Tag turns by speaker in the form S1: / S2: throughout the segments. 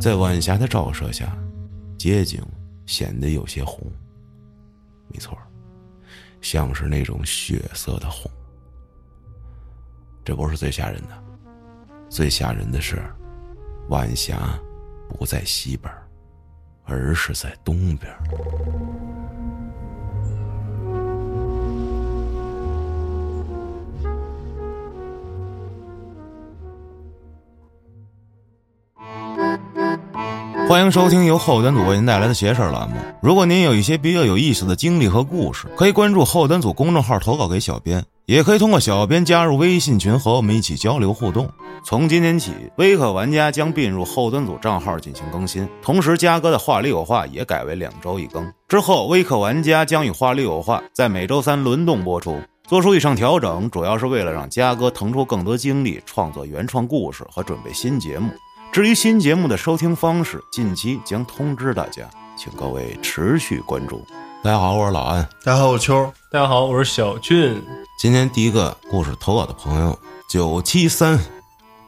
S1: 在晚霞的照射下，街景显得有些红。没错，像是那种血色的红。这不是最吓人的，最吓人的是，晚霞不在西边，而是在东边。欢迎收听由后端组为您带来的“邪事儿”栏目。如果您有一些比较有意思的经历和故事，可以关注后端组公众号投稿给小编，也可以通过小编加入微信群和我们一起交流互动。从今天起，微客玩家将并入后端组账号进行更新，同时嘉哥的“话里有话”也改为两周一更。之后，微客玩家将与“话里有话”在每周三轮动播出。做出以上调整，主要是为了让嘉哥腾出更多精力创作原创故事和准备新节目。至于新节目的收听方式，近期将通知大家，请各位持续关注。大家好，我是老安。
S2: 大家好，我是秋。
S3: 大家好，我是小俊。
S1: 今天第一个故事投稿的朋友九七三，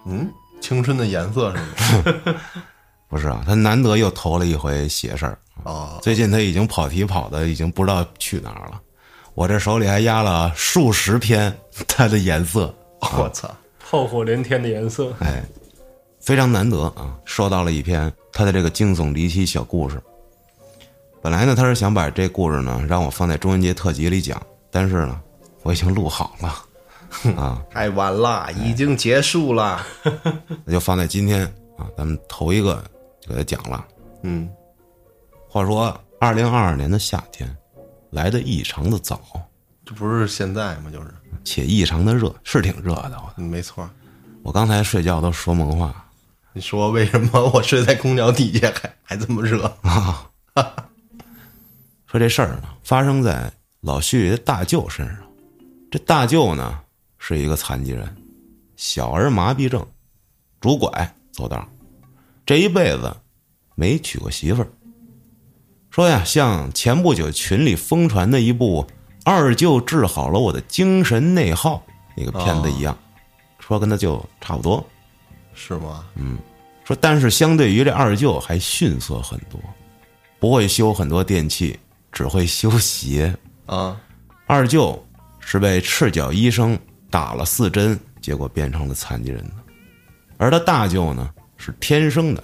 S2: 嗯，青春的颜色是吗？
S1: 不是啊，他难得又投了一回邪事儿。
S2: 哦，
S1: 最近他已经跑题跑的已经不知道去哪儿了，我这手里还压了数十篇他的颜色，
S2: 我操，
S3: 炮火连天的颜色，
S1: 哎，非常难得啊，收到了一篇他的这个惊悚离奇小故事。本来呢，他是想把这故事呢让我放在中元节特辑里讲，但是呢，我已经录好了，
S2: 太晚了，已经结束了。
S1: 那就放在今天啊，咱们头一个就给他讲了。
S2: 嗯，
S1: 话说，二零二二年的夏天来的异常的早，
S2: 这不是现在吗？就是，
S1: 且异常的热，是挺热的。我
S2: 嗯没错。
S1: 我刚才睡觉都说梦话，
S2: 你说为什么我睡在空调底下还还这么热？
S1: 说这事儿呢发生在老旭的大舅身上。这大舅呢是一个残疾人，小儿麻痹症，拄拐走道，这一辈子没娶过媳妇儿。说呀，像前不久群里疯传的一部《二舅治好了我的精神内耗》那个片子一样，说跟他舅差不多。
S2: 是吗？
S1: 说但是相对于这二舅还逊色很多，不会修很多电器，只会修鞋。
S2: 啊，
S1: 二舅是被赤脚医生打了四针，结果变成了残疾人的。而他大舅呢是天生的，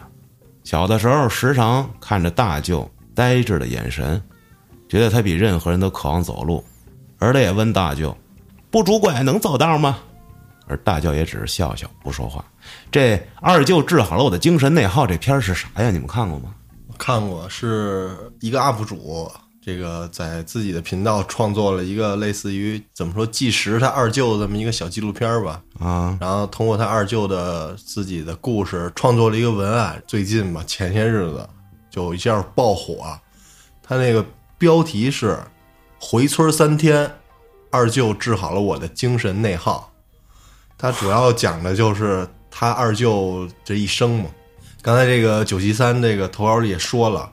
S1: 小的时候时常看着大舅呆滞的眼神，觉得他比任何人都渴望走路。而他也问大舅：“不拄拐能走道吗？”而大舅也只是笑笑不说话。这二舅治好了我的精神内耗这片儿是啥呀？你们看过吗？
S2: 我看过，是一个 UP 主，这个在自己的频道创作了一个类似于怎么说纪实他二舅这么一个小纪录片吧。
S1: 啊，
S2: 然后通过他二舅的自己的故事创作了一个文案，最近吧，前些日子就一下爆火。他那个标题是“回村三天，二舅治好了我的精神内耗”。他主要讲的就是他二舅这一生嘛。刚才这个九七三这个投稿里也说了，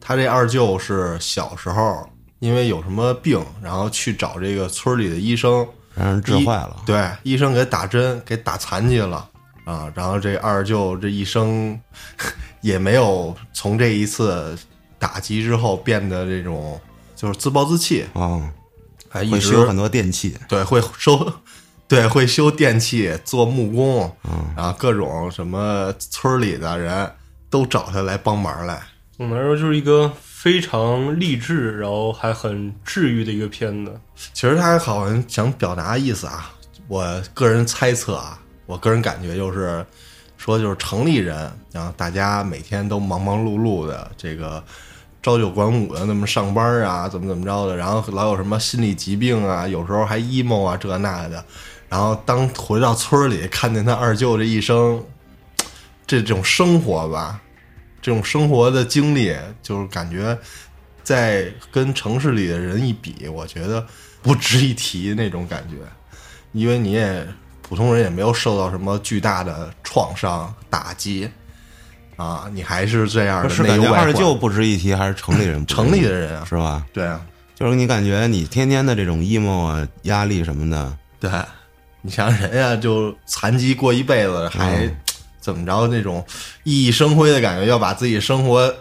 S2: 他这二舅是小时候因为有什么病，然后去找这个村里的医生，
S1: 让人治坏了。
S2: 对，医生给打针，给打残疾了啊。然后这二舅这一生 也没有从这一次打击之后变得这种就是自暴自弃，
S1: 啊，
S2: 还一
S1: 会
S2: 直
S1: 修很多电器。
S2: 对会收。 对，会修电器、做木工，然后各种什么村里的人都找他来帮忙来。
S3: 总的来说就是一个非常励志，然后还很治愈的一个片子。
S2: 其实他好像想表达意思啊，我个人猜测啊，我个人感觉就是说，就是城里人，然后大家每天都忙忙碌碌的，这个朝九晚五的那么上班啊，怎么怎么着的，然后老有什么心理疾病啊，有时候还 emo 啊，这那的。然后当回到村里，看见他二舅这一生，这种生活吧，这种生活的经历，就是感觉在跟城市里的人一比，我觉得不值一提那种感觉，因为你也普通人也没有受到什么巨大的创伤打击啊，你还是这样的
S1: 是
S2: 内
S1: 感
S2: 忧
S1: 觉
S2: 外
S1: 二
S2: 患。
S1: 舅不值一提，还是城里人不值一提
S2: 城里的人啊，
S1: 是吧？
S2: 对啊，
S1: 就是你感觉你天天的这种 emo 啊、压力什么的，
S2: 对，你像人家就残疾过一辈子，还、怎么着那种熠熠生辉的感觉，要把自己生活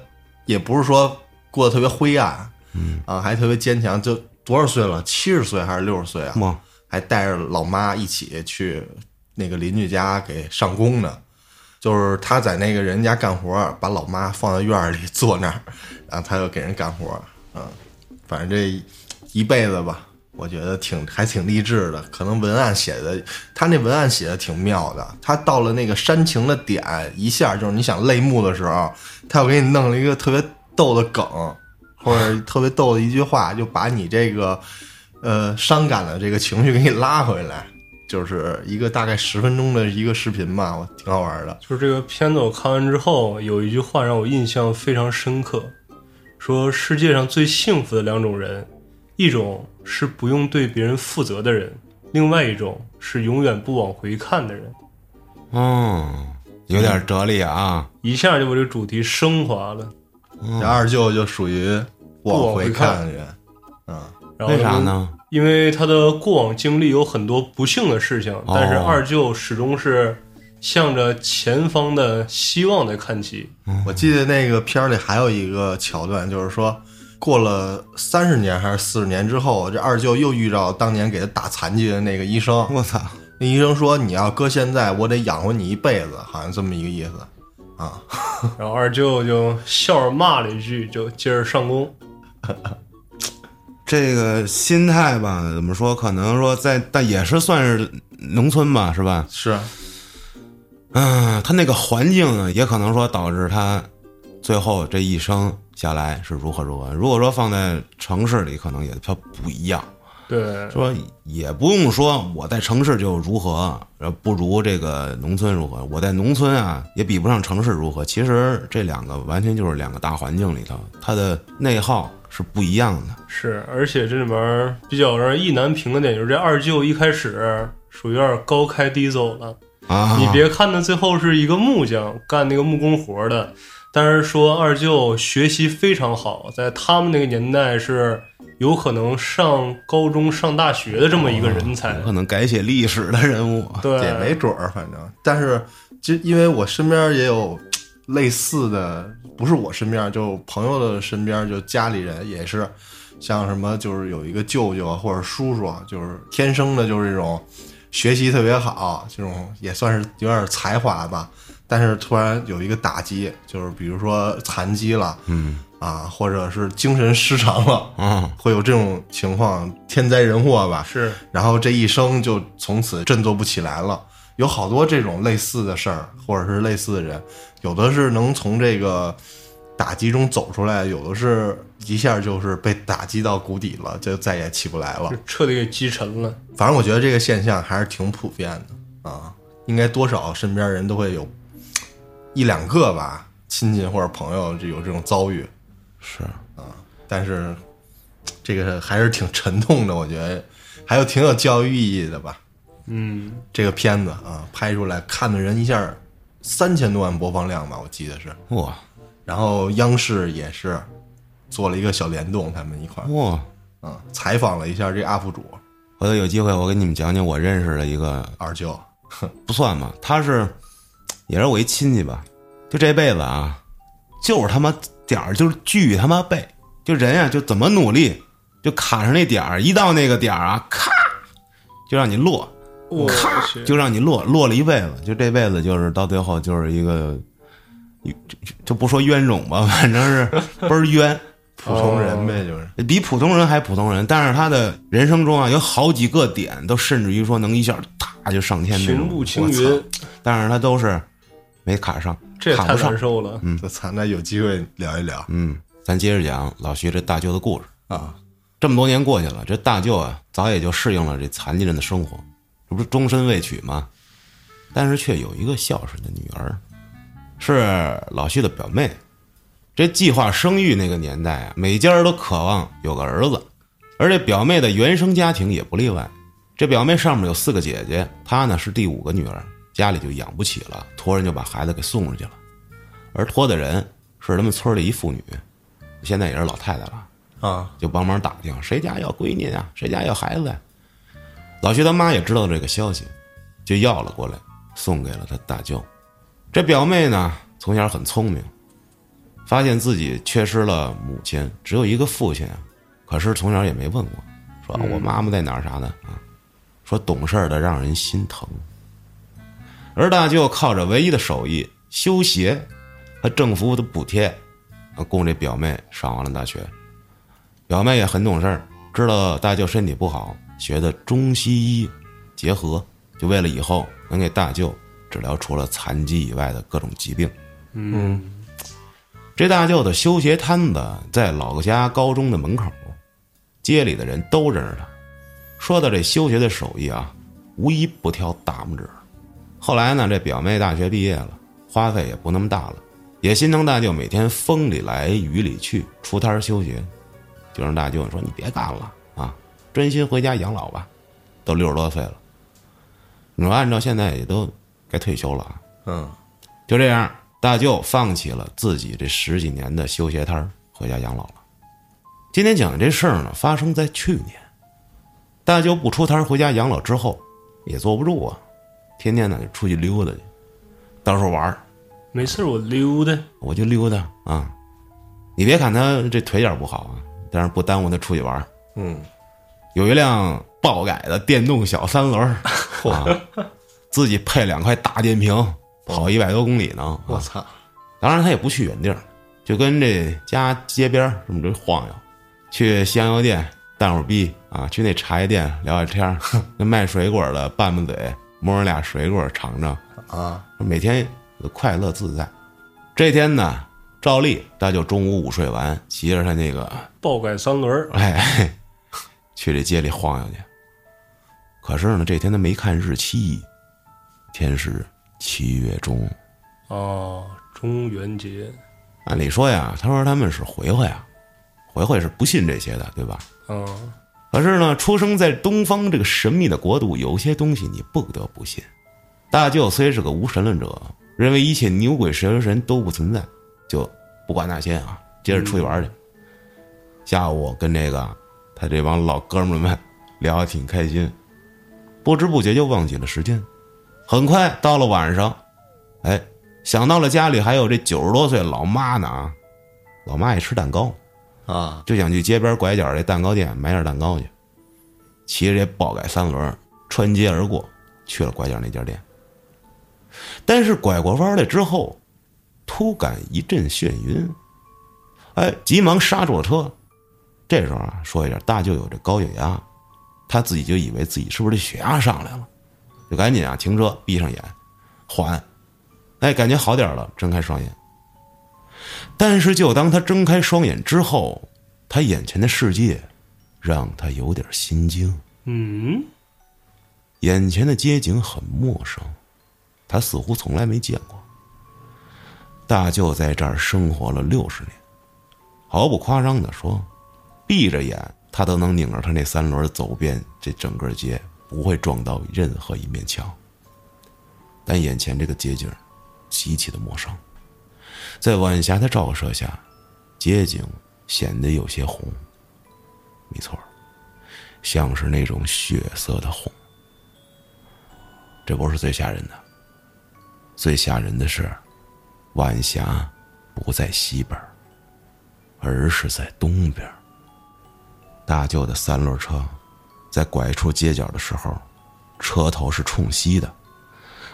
S2: 也不是说过得特别灰暗，嗯啊，还特别坚强。就多少岁了？七十岁还是六十岁啊？
S1: 哇，
S2: 还带着老妈一起去那个邻居家给上工呢。就是他在那个人家干活，把老妈放在院儿里坐那儿，然后他就给人干活。嗯，反正这一辈子吧，我觉得挺还挺励志的。可能文案写的，他那文案写的挺妙的。他到了那个煽情的点，一下就是你想泪目的时候，他又给你弄了一个特别逗的梗，或者特别逗的一句话，就把你这个呃伤感的这个情绪给你拉回来。 就是一个大概十分钟的一个视频吧，我挺好玩的。
S3: 就是这个片子我看完之后，有一句话让我印象非常深刻，说世界上最幸福的两种人，一种是不用对别人负责的人，另外一种是永远不往回看的人。
S2: 哦
S1: 嗯，有点哲理啊。
S3: 一下就把这个主题升华了。
S2: 这二舅就属于不往嗯回看的人，嗯，
S3: 然后
S1: 为啥？呢？
S3: 因为他的过往经历有很多不幸的事情，但是
S1: 哦
S3: 二舅始终是向着前方的希望在看齐。
S2: 我记得那个片儿里还有一个桥段，就是说过了三十年还是四十年之后，这二舅又遇到当年给他打残疾的那个医生。
S1: 我操，
S2: 那医生说：“你要搁现在，我得养活你一辈子。”好像这么一个意思啊。
S3: 然后二舅就笑着骂了一句，就接着上工。
S1: 这个心态吧，怎么说？可能说在，但也是算是农村吧，是吧？
S2: 是，啊
S1: 嗯，他那个环境呢，也可能说导致他最后这一生下来是如何如何。如果说放在城市里，可能也它不一样。
S3: 对，
S1: 说也不用说我在城市就如何，呃，不如这个农村如何。我在农村啊，也比不上城市如何。其实这两个完全就是两个大环境里头，它的内耗是不一样的。
S3: 是，而且这里面比较让人意难平的点就是，这二舅一开始属于有点高开低走了。
S1: 啊，
S3: 你别看他最后是一个木匠，干那个木工活的，但是说二舅学习非常好，在他们那个年代是有可能上高中、上大学的这么一个人才
S1: 有。可能改写历史的人物。
S3: 对，
S2: 也没准儿，反正。但是，就因为我身边也有类似的，不是我身边，就朋友的身边，就家里人也是，像什么就是有一个舅舅啊或者叔叔啊，就是天生的就是这种学习特别好，这种也算是有点才华吧。但是突然有一个打击，就是比如说残疾了，
S1: 嗯
S2: 啊，或者是精神失常了，
S1: 啊，
S2: 会有这种情况，天灾人祸吧。
S3: 是
S2: 然后这一生就从此振作不起来了。有好多这种类似的事儿，或者是类似的人，有的是能从这个打击中走出来，有的是一下就是被打击到谷底了，就再也起不来了
S3: 就。彻底给击沉了。
S2: 反正我觉得这个现象还是挺普遍的啊，应该多少身边人都会有一两个吧，亲戚或者朋友就有这种遭遇。啊
S1: 是
S2: 但是这个还是挺沉痛的，我觉得还有挺有教育意义的吧。
S3: 嗯，
S2: 这个片子啊，拍出来看的人一下三千多万播放量吧，我记得是。
S1: 哇
S2: 然后央视也是做了一个小联动，他们一块儿
S1: 哇，
S2: 啊、采访了一下这 UP 主
S1: 回头有机会我给你们讲讲我认识的一个
S2: 二舅，
S1: 不算吧，他是也是我一亲戚吧，就这辈子啊，就是他妈点儿就是巨他妈背，就人呀、就怎么努力就卡上那点儿，一到那个点儿啊，咔就让你落，
S3: 我
S1: 咔
S3: 去，
S1: 就让你落，落了一辈子，就这辈子就是到最后就是一个。就就就不说冤种吧，反正是倍儿冤，
S2: 普通人呗，就是。
S1: 比普通人还普通人。但是他的人生中啊，有好几个点都甚至于说能一下啪就上天那种。
S3: 平步青
S1: 我操
S3: 云，
S1: 但是他都是没卡上，
S3: 这也
S1: 卡
S3: 太
S1: 不上
S3: 难。受了。
S2: 这咱那有机会聊一聊
S1: 嗯，咱接着讲老徐这大舅的故事。
S2: 啊，
S1: 这么多年过去了，这大舅啊，早也就适应了这残疾人的生活，这不是终身未娶吗？但是却有一个孝顺的女儿，是老徐的表妹。这计划生育那个年代啊，每家都渴望有个儿子，而这表妹的原生家庭也不例外。这表妹上面有四个姐姐，她呢是第五个女儿，家里就养不起了，托人就把孩子给送出去了。而托的人是他们村里一妇女，现在也是老太太了。
S2: 啊，
S1: 就帮忙打听谁家要闺女啊，谁家要孩子呀、老徐他妈也知道这个消息，就要了过来，送给了他大舅。这表妹呢，从小很聪明，发现自己缺失了母亲，只有一个父亲啊，可是从小也没问过，说啊我妈妈在哪儿啥的啊，说懂事儿的让人心疼。而大舅靠着唯一的手艺修鞋和政府的补贴，啊供这表妹上完了大学。表妹也很懂事儿，知道大舅身体不好，学的中西医结合，就为了以后能给大舅治疗除了残疾以外的各种疾病。
S2: 嗯
S1: 这大舅的修鞋摊子在老各家高中的门口，街里的人都认识他。说到这修鞋的手艺啊，无一不挑大拇指。后来呢，这表妹大学毕业了，花费也不那么大了，也心疼大舅每天风里来雨里去出摊儿修鞋，就让大舅说：“你别干了啊，专心回家养老吧。”都六十多岁了，你说按照现在也都该退休了啊。
S2: 嗯，
S1: 就这样，大舅放弃了自己这十几年的修鞋摊儿，回家养老了。今天讲的这事儿呢，发生在去年。大舅不出摊儿回家养老之后，也坐不住啊，天天呢就出去溜达去，到处玩儿，
S3: 没事儿我溜达，
S1: 我就溜达啊。你别看他这腿脚不好啊，但是不耽误他出去玩儿。
S2: 嗯，
S1: 有一辆爆改的电动小三轮儿，啊，自己配两块大电瓶，跑一百多公里呢。啊
S2: 我操，
S1: 当然他也不去远地儿，就跟这家街边儿这么着晃悠，去香油店蛋火逼啊，去那茶叶店聊聊天儿，那卖水果的拌拌嘴，摸着俩水果尝尝，
S2: 啊，
S1: 每天快乐自在。这天呢，照例他就中午午睡完，骑着他那个
S3: 爆改三轮儿，
S1: 哎， 去这街里晃悠去。可是呢，这天他没看日期，天是七月中。
S3: 哦，中元节，
S1: 按理啊说呀，他说他们是回回啊，回回是不信这些的，对吧？
S3: 嗯，
S1: 可是呢，出生在东方这个神秘的国度，有些东西你不得不信。大舅虽是个无神论者，认为一切牛鬼蛇神都不存在，就不管那些啊，接着出去玩去。下午我跟这个他这帮老哥们儿们聊得挺开心，不知不觉就忘记了时间。很快到了晚上，哎，想到了家里还有这九十多岁老妈呢啊，老妈爱吃蛋糕，
S2: 啊，
S1: 就想去街边拐角这蛋糕店买点蛋糕去，骑着这爆改三轮儿穿街而过，去了拐角那家店。但是拐过弯来之后，突感一阵眩晕，哎，急忙刹住了车。这时候啊，说一下，大舅有这高血压，他自己就以为自己是不是这血压上来了，就赶紧啊停车，闭上眼，缓，哎，感觉好点了，睁开双眼。但是就当他睁开双眼之后，他眼前的世界让他有点心惊。
S3: 嗯，
S1: 眼前的街景很陌生，他似乎从来没见过。大舅在这儿生活了六十年，毫不夸张地说，闭着眼他都能拧着他那三轮走遍这整个街，不会撞到任何一面墙。但眼前这个街景极其的陌生，在晚霞的照射下，街景显得有些红。没错儿，像是那种血色的红。这不是最吓人的，最吓人的是，晚霞不在西边儿，而是在东边儿。大舅的三轮车在拐出街角的时候，车头是冲西的，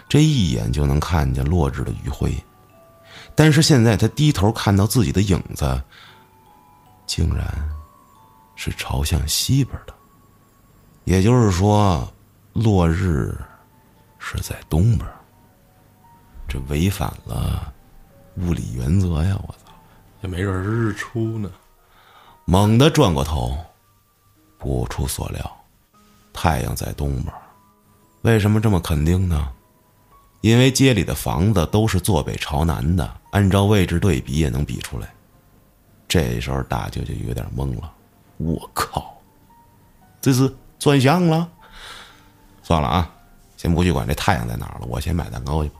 S1: 这一眼就能看见落日的余晖。但是现在他低头看到自己的影子，竟然是朝向西边的，也就是说，落日是在东边儿。这违反了物理原则呀！我操！
S2: 也没准儿是日出呢，
S1: 猛地转过头，不出所料，太阳在东边儿。为什么这么肯定呢？因为街里的房子都是坐北朝南的，按照位置对比也能比出来。这时候大舅就有点懵了，我靠，这是转向了？算了啊，先不去管这太阳在哪儿了，我先买蛋糕去吧。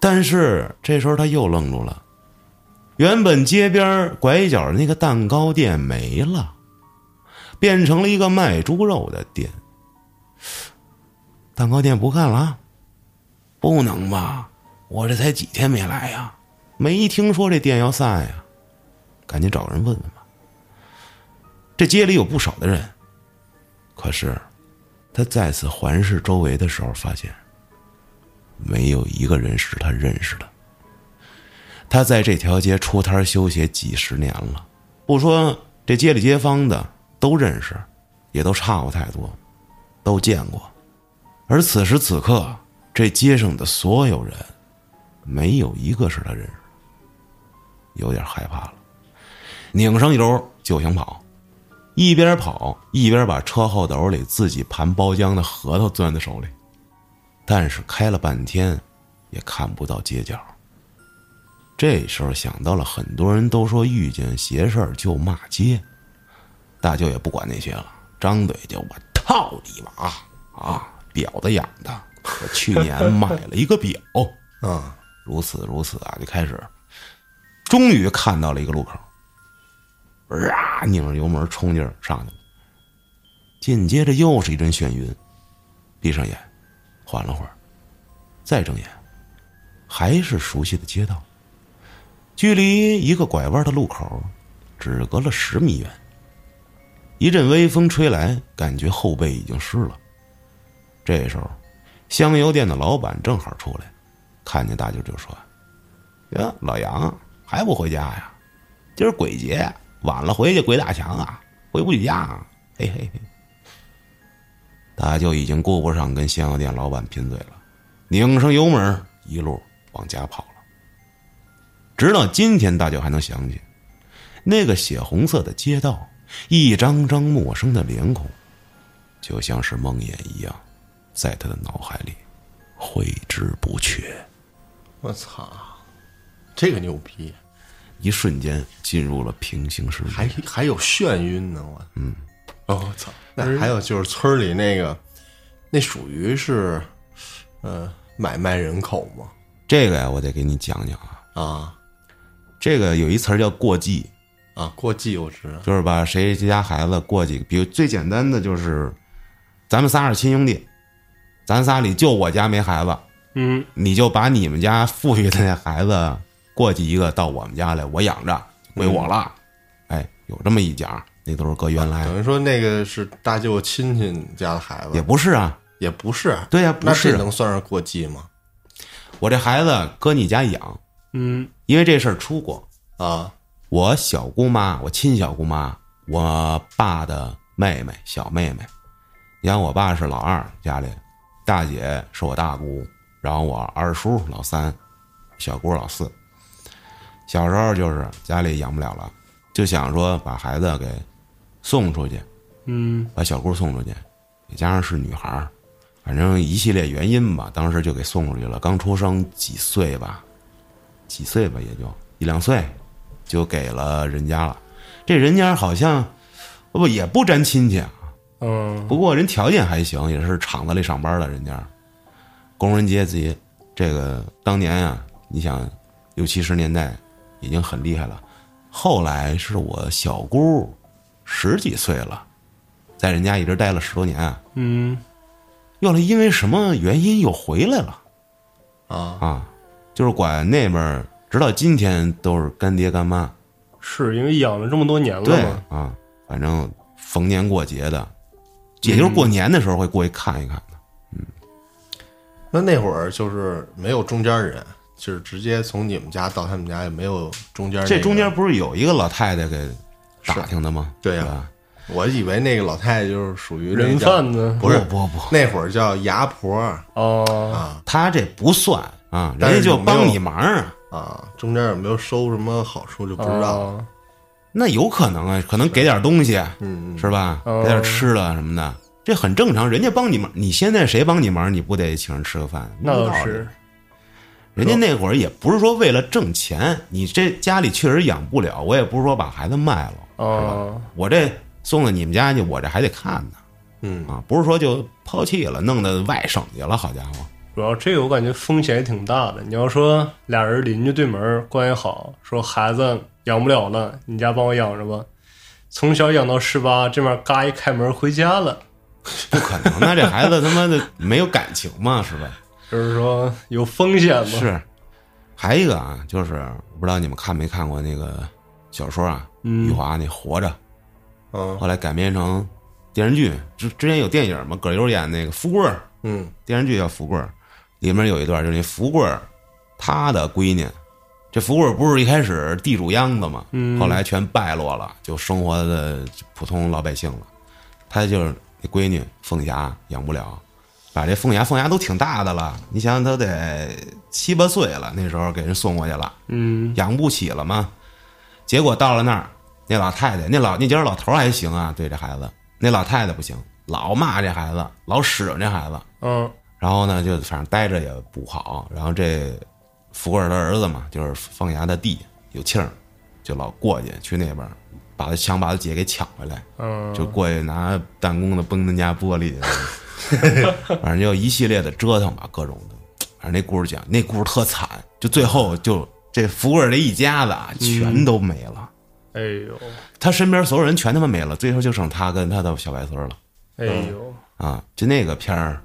S1: 但是这时候他又愣住了，原本街边儿拐角的那个蛋糕店没了，变成了一个卖猪肉的店。蛋糕店不干了啊，不能吧？我这才几天没来呀，没听说这店要散呀，赶紧找个人问问吧。这街里有不少的人，可是他再次环视周围的时候，发现没有一个人是他认识的。他在这条街出摊修鞋几十年了，不说这街里街坊的都认识，也都差过太多，都见过。而此时此刻，这街上的所有人，没有一个是他认识的，有点害怕了，拧上油就想跑，一边跑一边把车后斗里自己盘包浆的核桃攥在手里，但是开了半天，也看不到街角。这时候想到了，很多人都说遇见邪事儿就骂街，大舅也不管那些了，张嘴就我操你妈啊！婊子养的，我去年买了一个表，嗯
S2: 啊，
S1: 如此如此啊，就开始，终于看到了一个路口，啊，拧着油门冲劲儿上去了，紧接着又是一阵眩晕，闭上眼，缓了会儿，再睁眼，还是熟悉的街道，距离一个拐弯的路口只隔了十米远。一阵微风吹来，感觉后背已经湿了。这时候，香油店的老板正好出来，看见大舅就说：“呀，老杨还不回家呀？今儿鬼节，晚了回去鬼打墙啊，回不去家啊！”嘿嘿嘿。大舅已经顾不上跟香油店老板贫嘴了，拧上油门，一路往家跑了。直到今天，大舅还能想起那个血红色的街道，一张张陌生的脸孔，就像是梦魇一样。在他的脑海里挥之不去。
S2: 我操，这个牛逼，
S1: 一瞬间进入了平行世
S2: 还
S1: 界。
S2: 还有眩晕呢，我嗯，
S3: 哦，我操！
S2: 那还有就是村儿里那个，那属于是，呃，买卖人口嘛，
S1: 这个呀，我得给你讲讲啊。
S2: 啊
S1: 这个有一词儿叫过继，
S2: 啊，过继我知道，
S1: 就是把谁家孩子过继，比如最简单的就是，咱们仨是亲兄弟，咱仨里就我家没孩子，
S3: 嗯，
S1: 你就把你们家富裕的那孩子过继一个到我们家来，我养着归我了。哎，有这么一讲，那都是搁原来
S2: 等于说那个是大舅亲戚家的孩子，
S1: 哎也不是啊，
S2: 也不是，
S1: 对呀、
S2: 那
S1: 不
S2: 这
S1: 是啊
S2: 能算是过继吗？
S1: 我这孩子搁你家养，
S3: 嗯，
S1: 因为这事儿出过。
S2: 啊，
S1: 我小姑妈，我亲小姑妈，我爸的妹妹，小妹妹。你看，我爸是老二，家里大姐是我大姑，然后我二叔老三，小姑老四。小时候就是家里养不了了，就想说把孩子给送出去，
S3: 嗯，
S1: 把小姑送出去，加上是女孩儿，反正一系列原因吧，当时就给送出去了。刚出生几岁吧，几岁吧，也就一两岁，就给了人家了。这人家好像不也不沾亲戚啊，
S3: 嗯，
S1: 不过人条件还行，也是厂子里上班的人家，工人阶级。这个当年啊，你想六七十年代已经很厉害了。后来是我小姑十几岁了，在人家一直待了十多年啊，
S3: 嗯，
S1: 又来因为什么原因又回来了
S2: 啊，
S1: 啊？就是管那边儿直到今天都是干爹干妈。
S3: 是因为养了这么多年了
S1: 对
S3: 嘛，
S1: 啊，反正逢年过节的，也就是过年的时候会过去看一看的。
S2: 那那会儿就是没有中间人，就是直接从你们家到他们家也没有中间、那个。
S1: 这中间不是有一个老太太给打听的吗？
S2: 对呀
S1: 吧
S2: 我以为那个老太太就是属于那
S3: 人
S2: 叫
S3: 贩子
S2: 不是
S1: 不不，
S2: 那会儿叫牙婆
S3: 哦，
S2: 啊
S1: 他这不算啊，
S2: 但
S1: 人
S2: 是
S1: 家就
S2: 有没有
S1: 帮你忙啊。
S2: 啊，中间有没有收什么好处就不知道。
S3: 哦，
S1: 那有可能啊，可能给点东西
S2: 嗯，嗯
S1: 是吧？
S3: 哦
S1: 给点吃的什么的，这很正常。人家帮你忙，你现在谁帮你忙，你不得请人吃个饭？
S3: 那
S1: 有
S3: 倒
S1: 道理
S3: 是，
S1: 人家那会儿也不是说为了挣钱，你这家里确实养不了，我也不是说把孩子卖了，
S3: 哦，
S1: 我这送到你们家去，我这还得看呢
S2: 嗯，
S1: 啊，不是说就抛弃了，弄到外省去了，好家伙，
S3: 主要这个我感觉风险也挺大的。你要说俩人邻居对门儿关系好，说孩子养不了了，你家帮我养着吧。从小养到十八，这面嘎一开门回家了，
S1: 不可能，那这孩子他妈的没有感情嘛，是吧？
S3: 就是说有风险嘛。
S1: 是，还一个啊，就是不知道你们看没看过那个小说啊，余华那《活着》，
S2: 嗯
S1: 后来改编成电视剧。之之前有电影嘛，葛优演那个富贵儿，
S2: 嗯
S1: 电视剧叫《富贵儿》，里面有一段就是那富贵儿他的闺女，这富贵儿不是一开始地主秧子嘛，后来全败落了，就生活的普通老百姓了。他就是那闺女凤霞养不了，把这凤霞，凤霞都挺大的了，你想想她得七八岁了，那时候给人送过去了，
S3: 嗯
S1: 养不起了嘛。结果到了那儿，那老太太，那老那家老头儿还行啊，对这孩子，那老太太不行，老骂这孩子，老使唤这孩子。
S3: 嗯
S1: 然后呢，就反正待着也不好。然后这福贵儿的儿子嘛，就是凤霞的弟，有气儿，就老过去去那边儿，把他想把他姐给抢回来，
S3: 嗯，
S1: 就过去拿弹弓子崩他家玻璃，反正就一系列的折腾吧，各种的。反正那故事讲，那故事特惨，就最后就这福贵儿这一家子啊，全都没了，
S3: 哎呦
S1: 他身边所有人全他妈没了，最后就剩他跟他的小白孙儿了。
S3: 哎呦，
S1: 啊，就那个片儿，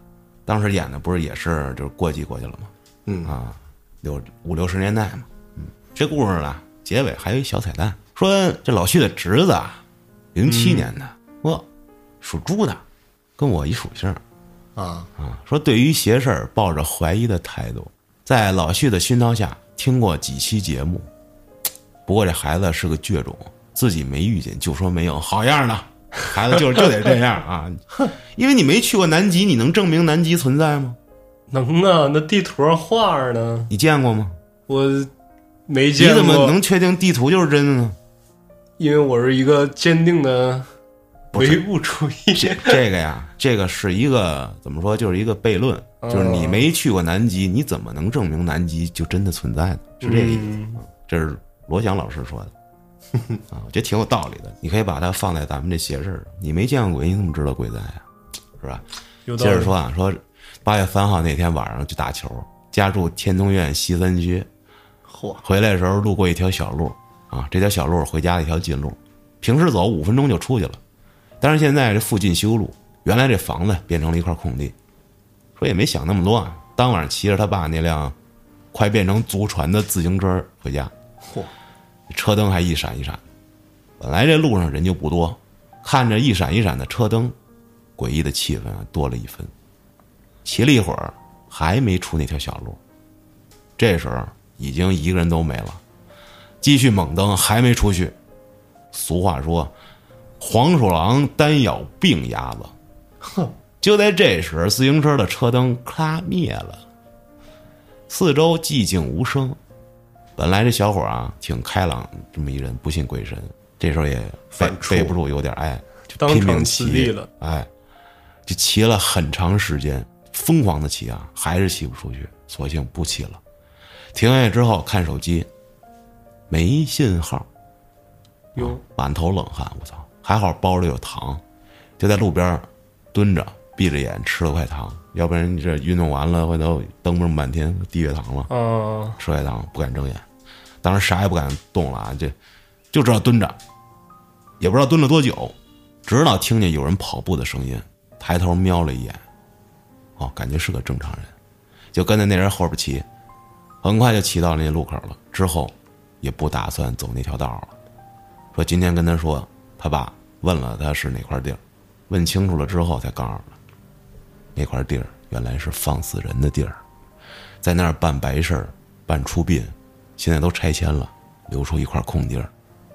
S1: 当时演的不是也是就是过继过去了吗？
S2: 嗯
S1: 啊，六五六十年代嘛，嗯，这故事呢结尾还有一小彩蛋，说这老旭的侄子啊，零七年的，我、属猪的，跟我一属性儿
S2: 啊，
S1: 啊，说对于邪事儿抱着怀疑的态度，在老旭的熏陶下听过几期节目，不过这孩子是个倔种，自己没遇见就说没有，好样的，孩子就是就得这样 啊，因为你没去过南极，你能证明南极存在吗？
S3: 能啊，那地图上画着呢，
S1: 你见过吗？
S3: 我没
S1: 你
S3: 见
S1: 怎么
S3: 过，
S1: 能确定地图就是真 的呢？
S3: 因为我是一个坚定的唯物主义者。
S1: 这个呀，这个是一个怎么说，就是一个悖论，就是
S3: 啊
S1: 你没去过南极，你怎么能证明南极就真的存在呢？是这个意思。
S3: 嗯
S1: 这是罗翔老师说的啊，我觉得挺有道理的。你可以把它放在咱们这邪事儿上，你没见过鬼，你怎么知道鬼在呀？是吧？
S3: 有道
S1: 接着
S3: 理。
S1: 说啊，说八月三号那天晚上去打球，家住天通苑西三区，
S2: 嚯，
S1: 回来的时候路过一条小路啊，这条小路是回家的一条近路，平时走五分钟就出去了，但是现在这附近修路，原来这房子变成了一块空地，说也没想那么多啊，当晚骑着他爸那辆快变成足船的自行车回家，
S2: 嚯，
S1: 车灯还一闪一闪。本来这路上人就不多，看着一闪一闪的车灯，诡异的气氛啊多了一分。骑了一会儿，还没出那条小路，这时候已经一个人都没了。继续猛蹬，还没出去。俗话说，黄鼠狼单咬病鸭子。
S2: 哼，
S1: 就在这时，自行车的车灯咔灭了，四周寂静无声。本来这小伙啊挺开朗，这么一人，不信鬼神，这时候也背
S2: 犯怵
S1: 背不住，有点哎，就
S3: 当
S1: 拼
S3: 场
S1: 命
S3: 自立
S1: 骑
S3: 了，
S1: 哎，就骑了很长时间，疯狂的骑啊，还是骑不出去，索性不骑了。停下来之后看手机，没信号，
S3: 哟，
S1: 满头冷汗，我操！还好包里有糖，就在路边儿蹲着，闭着眼吃了块糖，要不然你这运动完了，回头蹬蹦半天低血糖了，
S3: 啊，
S1: 吃块糖不敢睁眼，当时啥也不敢动了啊，这就知道蹲着，也不知道蹲了多久，直到听见有人跑步的声音，抬头瞄了一眼，哦，感觉是个正常人，就跟着那人后边骑，很快就骑到那路口了，之后也不打算走那条道了。说今天跟他说，他爸问了他是哪块地儿，问清楚了之后才告诉他，那块地儿原来是放死人的地儿，在那儿办白事儿、办出殡，现在都拆迁了，留出一块空地儿，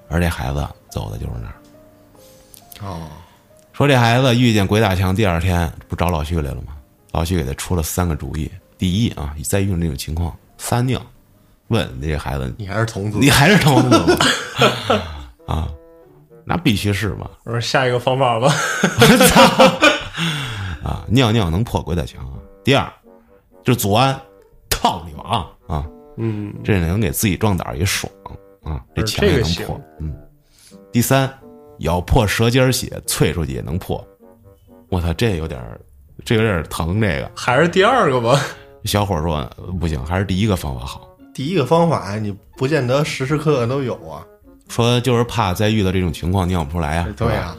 S1: 而这孩子走的就是那儿。
S2: 哦，
S1: 说这孩子遇见鬼打墙，第二天不找老徐来了吗？老徐给他出了三个主意：第一啊，你再遇上这种情况，撒尿，问这孩子，
S2: 你还是童子
S1: 你还是同子吗？ 啊，那必须是嘛！
S3: 我说下一个方法吧。
S1: 啊，尿尿能破鬼打墙啊。第二，就是祖安，套你娃啊，
S3: 嗯，
S1: 这能给自己壮胆儿也爽啊，这
S3: 呃
S1: 墙
S3: 这
S1: 也
S3: 个
S1: 能
S3: 行
S1: 破。嗯，第三，咬破舌尖儿血，啐出去也能破。我操，这有点儿，这有点儿疼，这个。
S3: 还是第二个吧。
S1: 小伙儿说呃不行，还是第一个方法好。
S2: 第一个方法哎你不见得时时刻刻都有啊，
S1: 说就是怕再遇到这种情况尿不出来呀、
S2: 对
S1: 呀、
S2: 啊，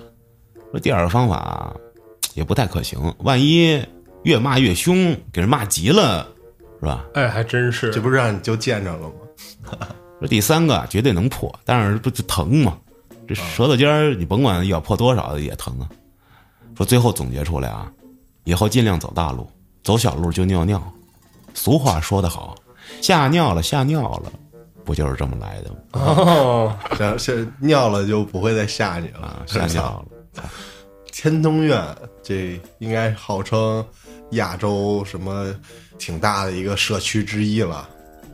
S1: 说第二个方法嘖也不太可行，万一越骂越凶，给人骂急了，是吧？
S3: 哎，还真是
S2: 这不是让你就见着了吗？
S1: 这第三个啊绝对能破，但是不就疼吗？这
S2: 啊
S1: 舌头尖儿你甭管咬破多少也疼啊。说最后总结出来啊，以后尽量走大路，走小路就尿尿。俗话说得好，吓尿了吓尿了，不就是这么来的吗？
S3: 哦，
S2: 这这尿了就不会再吓你了。
S1: 啊，吓尿了。
S2: 天通苑这应该号称亚洲什么挺大的一个社区之一了。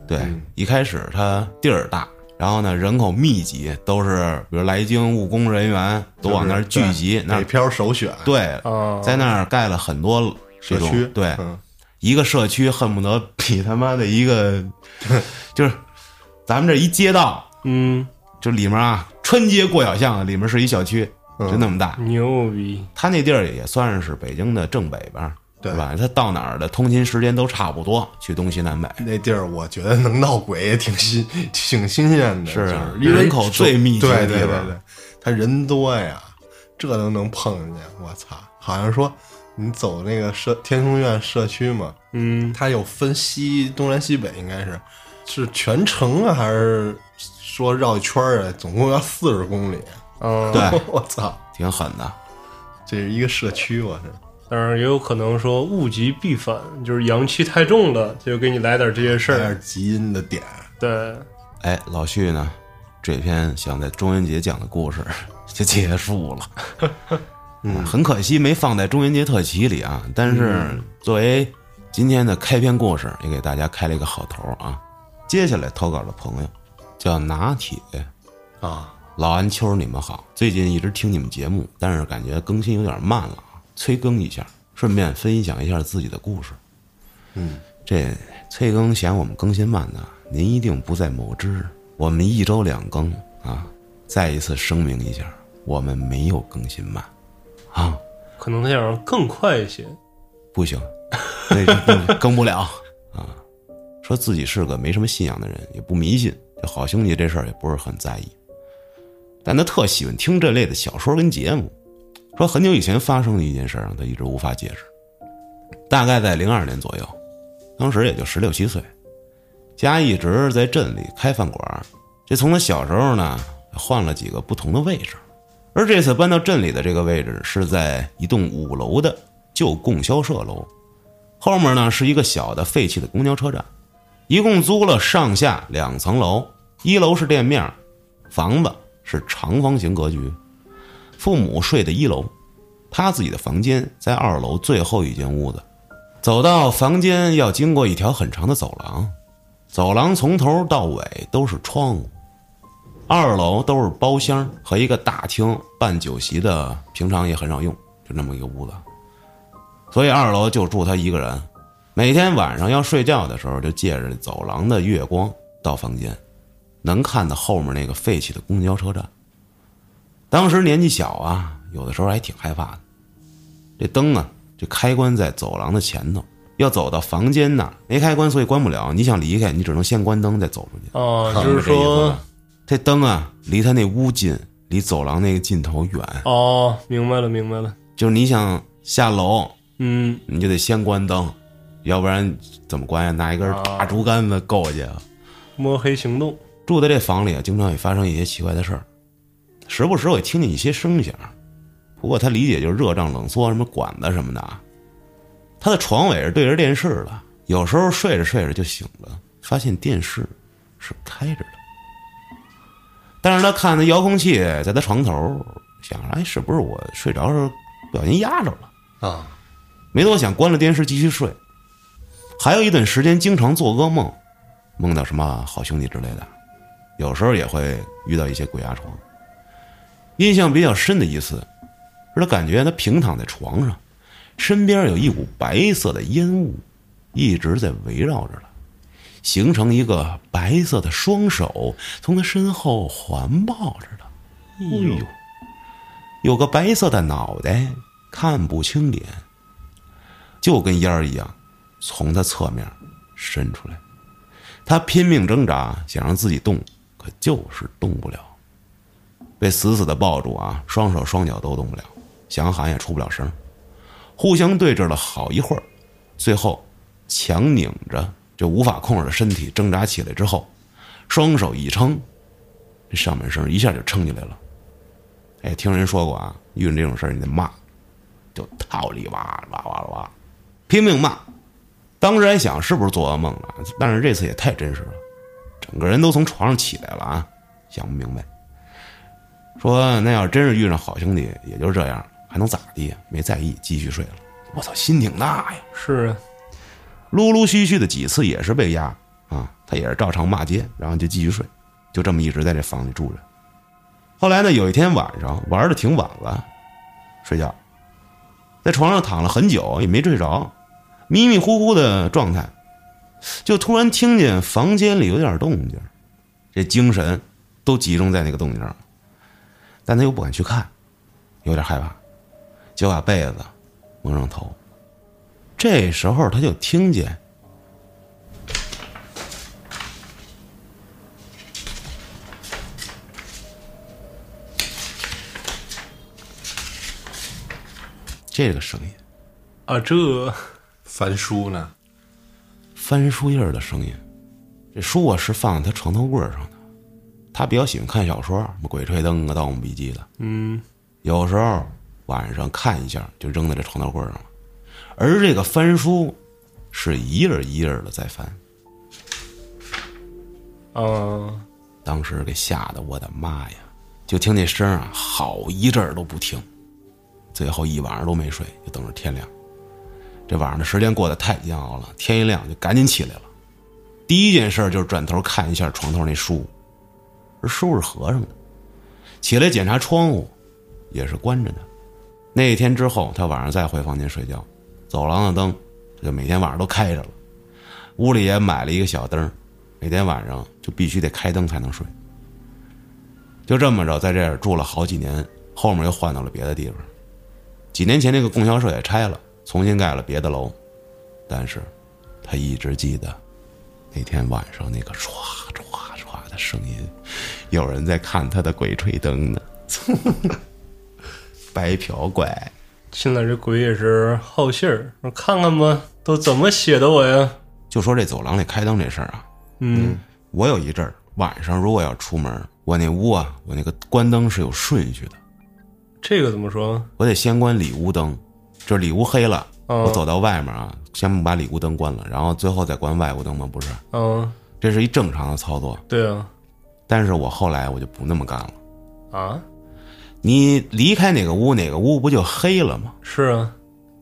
S1: 对，
S2: 嗯
S1: 一开始它地儿大，然后呢人口密集，都是比如来京务工人员都往那儿聚集，那
S2: 北
S1: 儿
S2: 漂首选
S1: 对，
S3: 哦
S1: 在那儿盖了很多这
S2: 社
S1: 种
S2: 区，
S1: 对，
S2: 嗯
S1: 一个社区恨不得比他妈的一个， 就是咱们这一街道，
S3: 嗯，
S1: 就里面啊穿街过小巷，啊里面是一小区，
S2: 嗯
S1: 就那么大。
S3: 牛逼，
S1: 他那地儿也算是北京的正北边儿，
S2: 对
S1: 是吧？他到哪儿的通勤时间都差不多，去东西南北。
S2: 那地儿，我觉得能闹鬼也挺新， 挺新鲜的。
S1: 是啊
S2: 就是因为
S1: 人口最密集的
S2: 对对
S1: 地
S2: 对
S1: 方
S2: 对，他人多呀，这都能碰见，我操！好像说你走那个社天通苑社区嘛，
S3: 嗯，
S2: 它有分西东南西北，应该是是全程啊，还是说绕一圈儿啊？总共要四十公里。
S3: 哦，
S1: 对，
S2: 我操，
S1: 挺狠的。
S2: 这是一个社区，我是。
S3: 当然也有可能说物极必反，就是阳气太重了，他就给你来点这些事
S2: 这
S3: 儿。
S2: 是基因的点，
S3: 对，
S1: 哎，老旭呢，这篇想在中元节讲的故事就结束了。嗯，很可惜没放在中元节特辑里啊，但是作为今天的开篇故事，也给大家开了一个好头啊。接下来投稿的朋友叫拿铁
S2: 啊，
S1: 老安秋，你们好，最近一直听你们节目，但是感觉更新有点慢了啊，催更一下，顺便分享一下自己的故事。这催更嫌我们更新慢呢，您一定不在某知。我们一周两更啊！再一次声明一下，我们没有更新慢啊，
S3: 可能他想让更快一些。
S1: 不行，那就不更不了啊。 说自己是个没什么信仰的人，也不迷信，对好兄弟这事儿也不是很在意，但他特喜欢听这类的小说跟节目。说很久以前发生的一件事儿，让他一直无法解释。大概在零二年左右，当时也就十六七岁，家一直在镇里开饭馆儿。这从他小时候呢，换了几个不同的位置，而这次搬到镇里的这个位置是在一栋五楼的旧供销社楼，后面呢是一个小的废弃的公交车站，一共租了上下两层楼，一楼是店面，房子是长方形格局，父母睡的一楼，他自己的房间在二楼最后一间屋子。走到房间要经过一条很长的走廊，走廊从头到尾都是窗户，二楼都是包厢和一个大厅，办酒席的平常也很少用，就那么一个屋子。所以二楼就住他一个人，每天晚上要睡觉的时候，就借着走廊的月光到房间，能看到后面那个废弃的公交车站。当时年纪小啊，有的时候还挺害怕的。这灯啊，这开关在走廊的前头，要走到房间那儿没开关，所以关不了。你想离开，你只能先关灯再走出去。
S3: 哦，
S2: 好
S3: 就是说，
S1: 这灯啊，离他那屋近，离走廊那个尽头远。
S3: 哦，明白了，明白了。
S1: 就是你想下楼，
S3: 嗯，
S1: 你就得先关灯，要不然怎么关呀？拿一根大竹竿子够去啊！
S3: 摸黑行动。
S1: 住在这房里啊，经常会发生一些奇怪的事儿，时不时我也听见一些声响。不过他理解就是热胀冷缩，什么管子什么的啊。他的床尾是对着电视的，有时候睡着睡着就醒了，发现电视是开着的。但是他看那遥控器在他床头，想着哎，是不是我睡着时候不小心压着了？
S2: 啊，
S1: 没多想，关了电视继续睡。还有一段时间，经常做噩梦，梦到什么好兄弟之类的，有时候也会遇到一些鬼压床。印象比较深的一次，是他感觉他平躺在床上，身边有一股白色的烟雾，一直在围绕着他，形成一个白色的双手从他身后环抱着他。哎呦，有个白色的脑袋，看不清脸，就跟烟儿一样，从他侧面伸出来。他拼命挣扎，想让自己动，可就是动不了，被死死的抱住啊，双手双脚都动不了，想喊也出不了声儿，互相对峙了好一会儿，最后强拧着就无法控制的身体挣扎起来之后，双手一撑，这上半身一下就撑起来了。哎，听人说过啊，遇着这种事儿你得骂，就套里哇哇哇哇，拼命骂。当时还想是不是做噩梦了，但是这次也太真实了，整个人都从床上起来了啊，想不明白。说那要是真是遇上好兄弟，也就这样，还能咋地呀？啊没在意，继续睡了。我操，心挺大呀！
S3: 是啊，
S1: 陆陆续续的几次也是被压啊，他也是照常骂街，然后就继续睡，就这么一直在这房里住着。后来呢，有一天晚上玩的挺晚了，睡觉，在床上躺了很久也没睡着，迷迷糊糊的状态，就突然听见房间里有点动静，这精神都集中在那个动静上，但他又不敢去看，有点害怕，就把被子蒙上头，这时候他就听见这个声音，
S3: 啊，这
S2: 翻书呢，
S1: 翻书页儿的声音。这书啊是放在他床头柜儿上的，他比较喜欢看小说，什么《鬼吹灯》啊，《盗墓笔记》的。
S3: 嗯，
S1: 有时候晚上看一下就扔在这床头柜上了。而这个翻书是一页儿一页的在翻，
S3: 啊，
S1: 当时给吓得我的妈呀！就听那声儿啊，好一阵儿都不停，最后一晚上都没睡，就等着天亮。这晚上的时间过得太煎熬了，天一亮就赶紧起来了。第一件事就是转头看一下床头那书，而书是合上的。起来检查窗户，也是关着的。那天之后，他晚上再回房间睡觉，走廊的灯就每天晚上都开着了，屋里也买了一个小灯儿，每天晚上就必须得开灯才能睡。就这么着，在这儿住了好几年，后面又换到了别的地方。几年前那个供销社也拆了，重新盖了别的楼，但是他一直记得那天晚上那个唰唰唰的声音，有人在看他的鬼吹灯呢， 白嫖怪。
S3: 现在这鬼也是好信儿，我看看吧，都怎么写的我呀？
S1: 就说这走廊里开灯这事儿啊，
S3: 嗯，
S1: 我有一阵儿晚上如果要出门，我那屋啊，我那个关灯是有顺序的，
S3: 这个怎么说？
S1: 我得先关里屋灯，就是里屋黑了，
S3: 嗯
S1: 我走到外面啊，先把里屋灯关了，然后最后再关外屋灯吗？不是，
S3: 嗯，
S1: 这是一正常的操作。
S3: 对啊，
S1: 但是我后来我就不那么干了。
S3: 啊，
S1: 你离开哪个屋，哪个屋不就黑了吗？
S3: 是啊，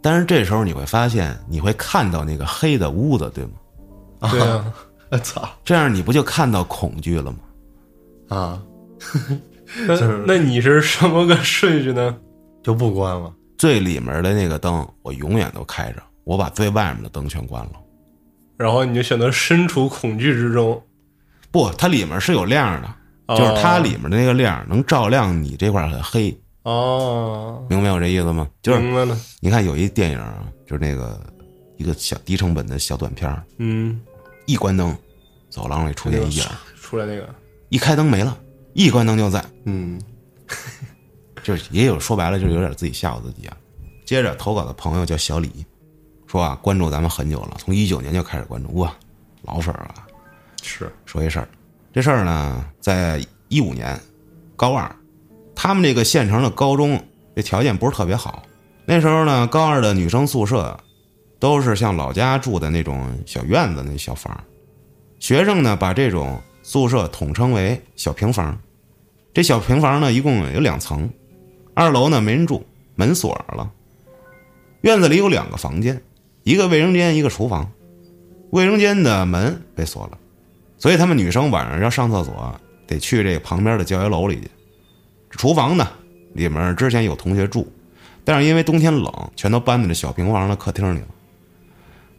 S1: 但是这时候你会发现，你会看到那个黑的屋子，对吗？
S3: 对啊，
S2: 我操
S1: 这样你不就看到恐惧了吗？
S2: 啊，
S3: 那那你是什么个顺序呢？
S2: 就不关了。
S1: 最里面的那个灯我永远都开着，我把最外面的灯全关了。
S3: 然后你就选择身处恐惧之中，
S1: 不，它里面是有亮的，
S3: 哦
S1: 就是它里面的那个亮能照亮你这块的黑，
S3: 哦，
S1: 明白我这意思吗？就是
S3: 明白了，
S1: 你看有一电影啊，就是那个一个小低成本的小短片儿，
S3: 嗯，
S1: 一关灯，走廊里出现一影儿，
S3: 出来那个，
S1: 一开灯没了，一关灯就在，
S2: 嗯，
S1: 就是也有说白了，就是有点自己吓唬自己啊。接着投稿的朋友叫小李，说啊，关注咱们很久了，从一九年就开始关注，哇，老粉儿了。
S2: 是
S1: 说一事儿，这事儿呢，在一五年，高二，他们这个县城的高中这条件不是特别好。那时候呢，高二的女生宿舍都是像老家住的那种小院子那小房儿，学生呢把这种宿舍统称为小平房。这小平房呢，一共有两层，二楼呢没人住，门锁了。院子里有两个房间，一个卫生间，一个厨房。卫生间的门被锁了。所以他们女生晚上要上厕所，得去这旁边的教学楼里去。厨房呢，里面之前有同学住，但是因为冬天冷，全都搬到这小平房的客厅里了。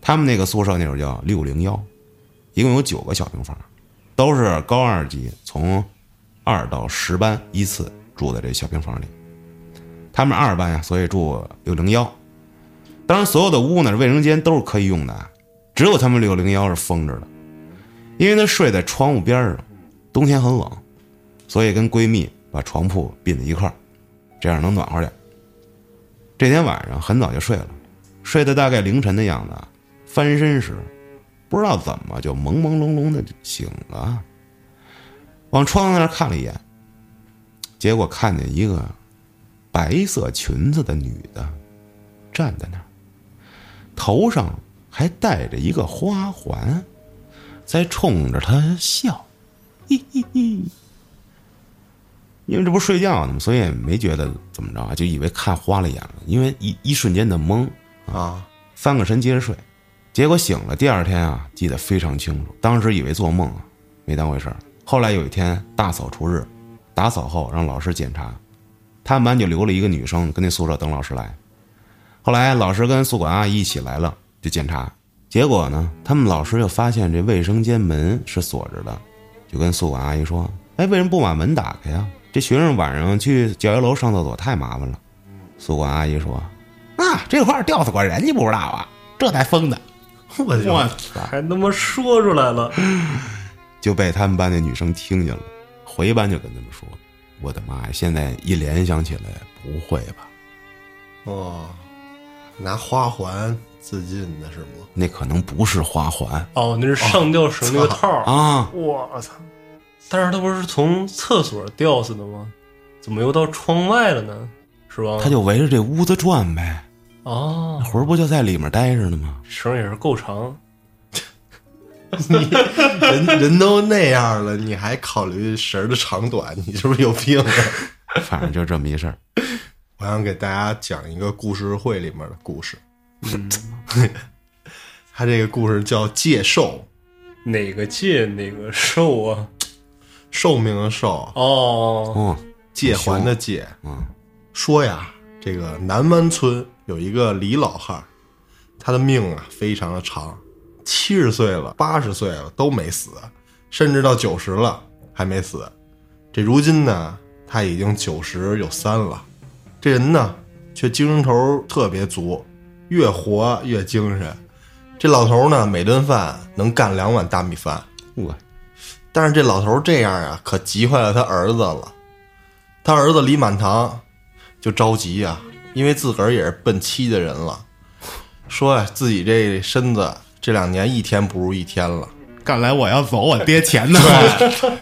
S1: 他们那个宿舍那时候叫六零幺，一共有九个小平房，都是高二级从二到十班依次住在这小平房里。他们二班呀，所以住六零幺。当然，所有的屋呢，卫生间都是可以用的啊，只有他们六零幺是封着的。因为她睡在窗户边上，冬天很冷，所以跟闺蜜把床铺并在一块儿，这样能暖和点儿。这天晚上很早就睡了，睡到大概凌晨的样子啊，翻身时不知道怎么就朦朦胧胧的醒了，往窗子那儿看了一眼，结果看见一个白色裙子的女的站在那儿，头上还戴着一个花环，在冲着他笑，嘿嘿嘿。因为这不睡觉呢嘛，所以也没觉得怎么着啊，就以为看花了眼了，因为一一瞬间的懵，
S2: 啊，
S1: 翻个身接着睡，结果醒了，第二天啊，记得非常清楚，当时以为做梦啊，没当回事儿。后来有一天大扫除日，打扫后让老师检查，他们班就留了一个女生跟那宿舍等老师来。后来老师跟宿管阿姨一起来了，就检查，结果呢，他们老师就发现这卫生间门是锁着的，就跟宿管阿姨说：“哎，为什么不把门打开呀？这学生晚上去教学楼上厕所太麻烦了。”宿管阿姨说：“啊，这块儿吊死过人，你不知道啊？这才疯的！
S2: 我就
S1: 我操！
S3: 还他妈说出来了，
S1: 就被他们班那女生听见了，回班就跟他们说：“我的妈呀！现在一联想起来，不会吧？
S2: 哦，拿花环自尽的是吗？
S1: 那可能不是花环
S3: 哦，那是上吊绳那个套儿。
S1: 啊！
S3: 我操！但是他不是从厕所吊死的吗？怎么又到窗外了呢？是吧？
S1: 他就围着这屋子转呗，
S3: 哦，
S1: 魂儿不就在里面待着呢吗？
S3: 绳也是够长，
S2: 人 人都那样了，你还考虑绳儿的长短？你是不是有病啊？
S1: 反正就这么一事儿。
S2: 我想给大家讲一个故事会里面的故事。嗯 他这个故事叫《借寿
S3: 哪个借哪个受啊？》，
S2: 寿命的寿，
S3: 哦，
S1: 哦，
S2: 借还的借。
S1: 嗯，
S2: 说呀，这个南湾村有一个李老汉儿，他的命啊非常的长，七十岁了，八十岁了都没死，甚至到九十了还没死。这如今呢，他已经九十有三了，这人呢却精神头儿特别足，越活越精神。这老头儿呢，每顿饭能干两碗大米饭，
S1: 我
S2: 但是这老头这样啊，可急坏了他儿子了。他儿子李满堂就着急呀、因为自个儿也是奔七的人了，说呀、自己这身子这两年一天不如一天了。
S1: 看来我要走我爹前头。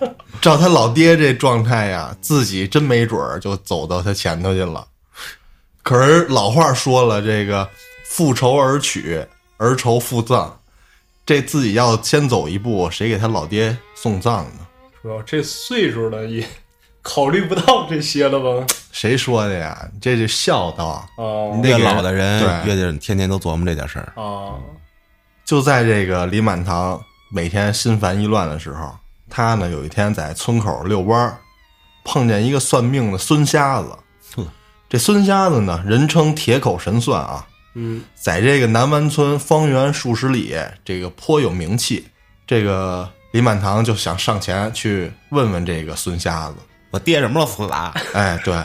S2: 照他老爹这状态呀，自己真没准儿就走到他前头去了。可是老话说了，这个复仇而娶，儿仇父葬，这自己要先走一步，谁给他老爹送葬呢？
S3: 是吧？这岁数了也 考虑不到这些了吧？
S2: 谁说的呀？这是孝道。
S3: 哦
S1: 越老的人
S2: 对
S1: 越得天天都琢磨这点事儿。
S3: 哦，
S2: 就在这个李满堂每天心烦意乱的时候，他呢有一天在村口遛弯儿，碰见一个算命的孙瞎子
S1: 呵。
S2: 这孙瞎子呢，人称铁口神算啊，
S3: 嗯，
S2: 在这个南湾村方圆数十里，这个颇有名气。这个李满堂就想上前去问问这个孙瞎子，
S1: 我爹什么时候死的啊？
S2: 哎，对，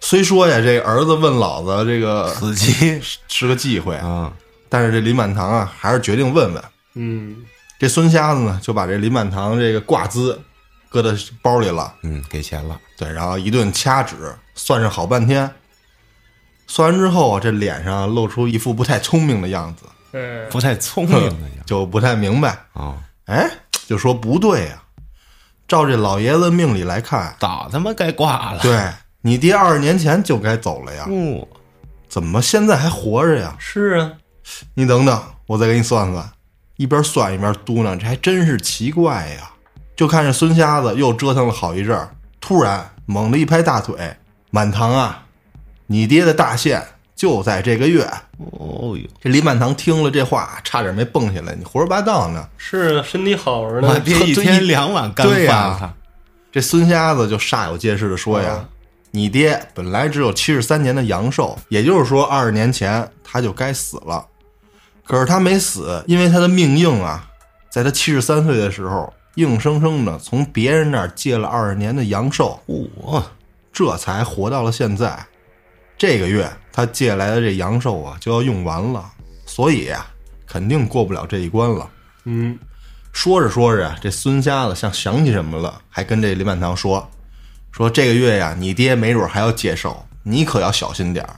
S2: 虽说呀，这儿子问老子这 个
S1: 死期
S2: 是个忌讳，
S1: 啊！
S2: 但是这李满堂啊，还是决定问问。
S3: 嗯，
S2: 这孙瞎子呢，就把这林满堂这个挂资搁到包里了，
S1: 嗯，给钱了，
S2: 对，然后一顿掐指，算是好半天。算完之后啊，这脸上露出一副不太聪明的样子，
S3: 哎，
S1: 不太聪明的呀。
S2: 就不太明白，
S1: 啊，
S2: 哎，就说不对呀、照这老爷子命理来看，
S1: 早他妈该挂了。
S2: 对你爹二十年前就该走了呀，
S1: 嗯，
S2: 怎么现在还活着呀？
S3: 是啊，
S2: 你等等，我再给你算算。一边算一边嘟囔，这还真是奇怪呀。就看这孙瞎子又折腾了好一阵儿，突然猛地一拍大腿：“满堂啊，你爹的大限就在这个月！”
S1: 哦呦，
S2: 这李满堂听了这话，差点没蹦起来。你胡说八道呢！
S3: 是啊，身体好着
S1: 我
S3: 呢，
S1: 爹一天两碗干
S2: 对
S1: 饭，啊
S2: 呀
S1: 看
S2: 这孙瞎子就煞有介事的说呀：“你爹本来只有七十三年的阳寿，也就是说二十年前他就该死了，可是他没死，因为他的命硬啊，在他七十三岁的时候，硬生生的从别人那儿借了二十年的阳寿，
S1: 我
S2: 这才活到了现在。这个月他借来的这阳寿啊就要用完了，所以啊，肯定过不了这一关了。”
S3: 嗯，
S2: 说着说着，这孙瞎子像想起什么了，还跟这李满堂说：“说这个月呀，你爹没准还要接寿，你可要小心点儿。”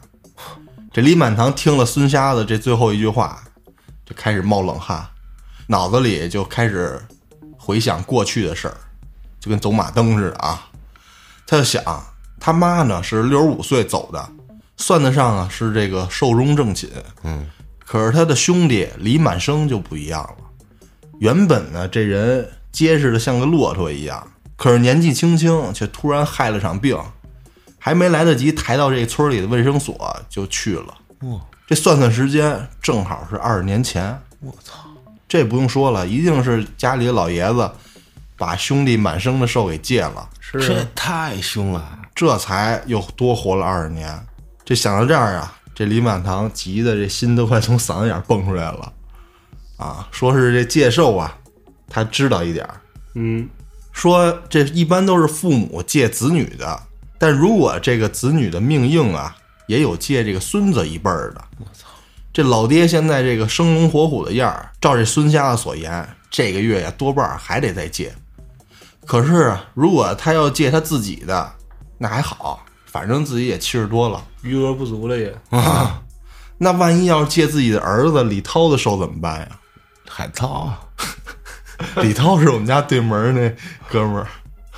S2: 这李满堂听了孙瞎子这最后一句话，就开始冒冷汗，脑子里就开始回想过去的事儿，就跟走马灯似的啊。他就想，他妈呢是六十五岁走的，算得上啊是这个寿终正寝。
S1: 嗯，
S2: 可是他的兄弟李满生就不一样了，原本呢这人结实的像个骆驼一样，可是年纪轻轻却突然害了场病，还没来得及抬到这村里的卫生所就去了。
S1: 哇，
S2: 这算算时间，正好是二十年前。
S1: 我操，
S2: 这不用说了，一定是家里的老爷子把兄弟满生的寿给戒了，
S3: 是啊
S1: 这也太凶了！
S2: 这才又多活了二十年。这想到这儿啊，这李满堂急的这心都快从嗓子眼儿蹦出来了，啊，说是这戒寿啊，他知道一点儿，
S3: 嗯，
S2: 说这一般都是父母借子女的，但如果这个子女的命硬啊，也有借这个孙子一辈儿的。我操！这老爹现在这个生龙活虎的样儿，照这孙瞎子所言，这个月呀多半儿还得再借。可是啊如果他要借他自己的，那还好，反正自己也七十多了。
S3: 余额不足了也，
S2: 那万一要是借自己的儿子李涛的寿怎么办呀？
S1: 海涛啊，
S2: 李涛是我们家对门儿那哥们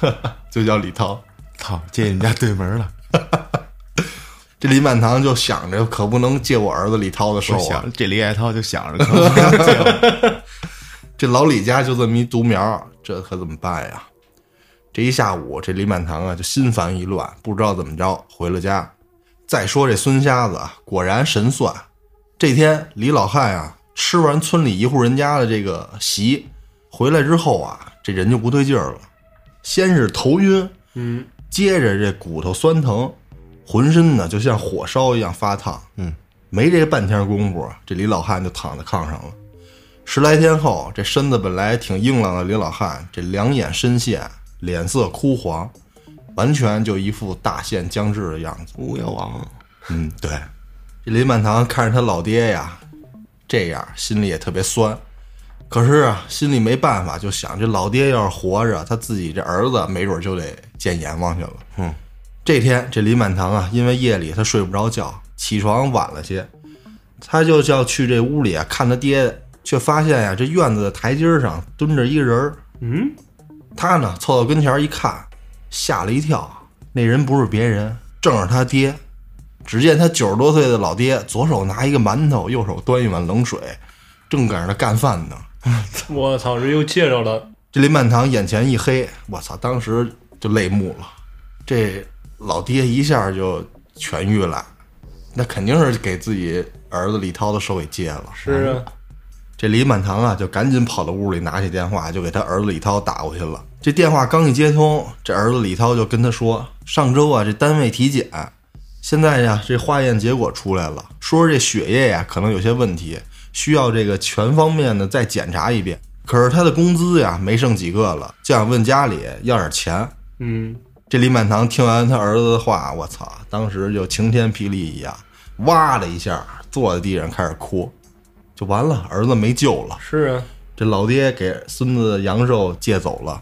S2: 儿， 就叫李涛。
S1: 操，借你们家对门 了，
S2: 这李满堂就想着，可不能借我儿子李涛的寿
S1: 我
S2: 啊！
S1: 想这李海涛就想着可 能借我
S2: 这老李家就这么一独苗，这可怎么办呀？这一下午，这李满堂啊就心烦意乱，不知道怎么着回了家。再说这孙瞎子啊，果然神算。这天，李老汉啊吃完村里一户人家的这个席，回来之后啊，这人就不对劲儿了，先是头晕，
S3: 嗯，
S2: 接着这骨头酸疼，浑身呢就像火烧一样发烫。
S1: 嗯，
S2: 没这半天功夫，啊这李老汉就躺在炕上了。十来天后，这身子本来挺硬朗的李老汉，这两眼深陷，脸色枯黄，完全就一副大限将至的样子。
S1: 无妖王，
S2: 嗯，对。这林满堂看着他老爹呀，这样心里也特别酸，可是啊，心里没办法，就想这老爹要是活着，他自己这儿子没准就得见阎王去了。
S1: 嗯，
S2: 这天这林满堂啊，因为夜里他睡不着觉，起床晚了些，他就要去这屋里啊看他爹，却发现呀、这院子的台阶上蹲着一个人儿
S3: 嗯，
S2: 他呢凑到跟前儿一看，吓了一跳，那人不是别人，正是他爹。只见他九十多岁的老爹，左手拿一个馒头，右手端一碗冷水，正赶上他干饭呢。
S3: 我操，这又借着了，
S2: 这林满堂眼前一黑，我操，当时就泪目了。这老爹一下就痊愈了，那肯定是给自己儿子李涛的手给戒了。
S3: 是啊，
S2: 这李满堂啊，就赶紧跑到屋里拿起电话，就给他儿子李涛打过去了。这电话刚一接通，这儿子李涛就跟他说：“上周啊，这单位体检，现在呀、这化验结果出来了，说这血液呀、可能有些问题，需要这个全方面的再检查一遍。可是他的工资呀、没剩几个了，就想问家里要点钱。”
S3: 嗯，
S2: 这李满堂听完他儿子的话，我操，当时就晴天霹雳一样，哇的一下坐在地上开始哭，就完了，儿子没救了。
S3: 是啊，
S2: 这老爹给孙子的阳寿借走了。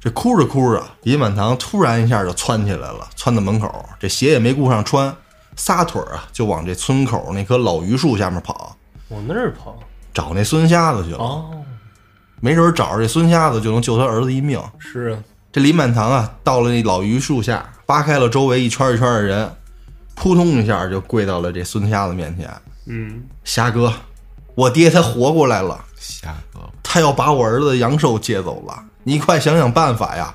S2: 这哭着哭着，李满堂突然一下就窜起来了，窜到门口，这鞋也没顾上穿，撒腿儿啊就往这村口那棵老榆树下面跑，
S3: 往那儿跑，
S2: 找那孙瞎子去了。
S3: 哦，
S2: 没准儿找着这孙瞎子就能救他儿子一命。
S3: 是啊，
S2: 这李满堂啊，到了那老榆树下，扒开了周围一圈一圈的人，扑通一下就跪到了这孙瞎子面前。
S3: 嗯，
S2: 瞎哥，我爹他活过来了，
S1: 瞎哥，
S2: 他要把我儿子的阳寿借走了，你快想想办法呀！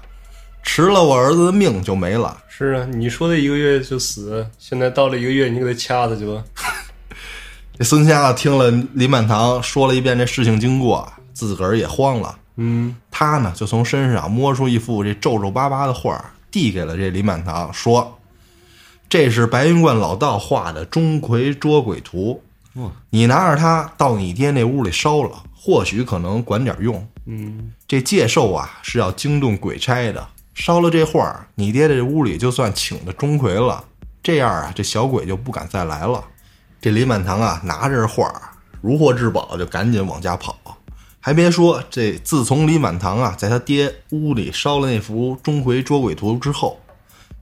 S2: 迟了我儿子的命就没了。
S3: 是啊，你说的一个月就死，现在到了一个月，你给他掐死去吧，
S2: 这孙瞎子听了林满堂说了一遍这事情经过，自个儿也慌了。
S3: 嗯，
S2: 他呢就从身上摸出一副这皱皱巴巴的画儿，递给了这李满堂，说：“这是白云观老道画的《钟馗捉鬼图》，你拿着它到你爹那屋里烧了，或许可能管点用。
S3: 嗯，
S2: 这借寿啊是要惊动鬼差的，烧了这画儿，你爹这屋里就算请的钟馗了。这样啊，这小鬼就不敢再来了。”这李满堂啊，拿着这画儿如获至宝，就赶紧往家跑。还别说，这自从李满堂啊在他爹屋里烧了那幅《钟馗捉鬼图》之后，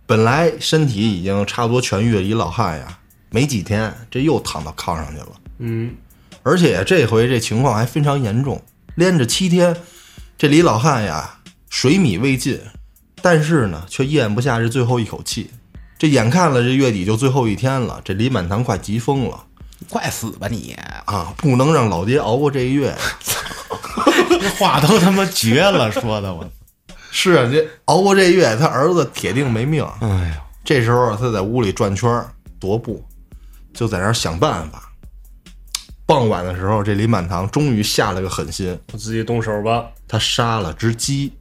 S2: 本来身体已经差不多痊愈的李老汉呀，没几天这又躺到炕上去了。
S3: 嗯，
S2: 而且这回这情况还非常严重，连着七天，这李老汉呀水米未进，但是呢却咽不下这最后一口气。这眼看了这月底就最后一天了，这李满堂快急疯了
S4: 快死吧你！
S2: 啊！不能让老爹熬过这一月呀。
S1: 这话都他妈绝了，说的我。
S2: 是啊，这熬过这一月，他儿子铁定没命。
S1: 哎呀，
S2: 这时候他在屋里转圈儿踱步，就在那儿想办法。傍晚的时候，这林满堂终于下了个狠心，
S3: 我自己动手吧。
S2: 他杀了只鸡，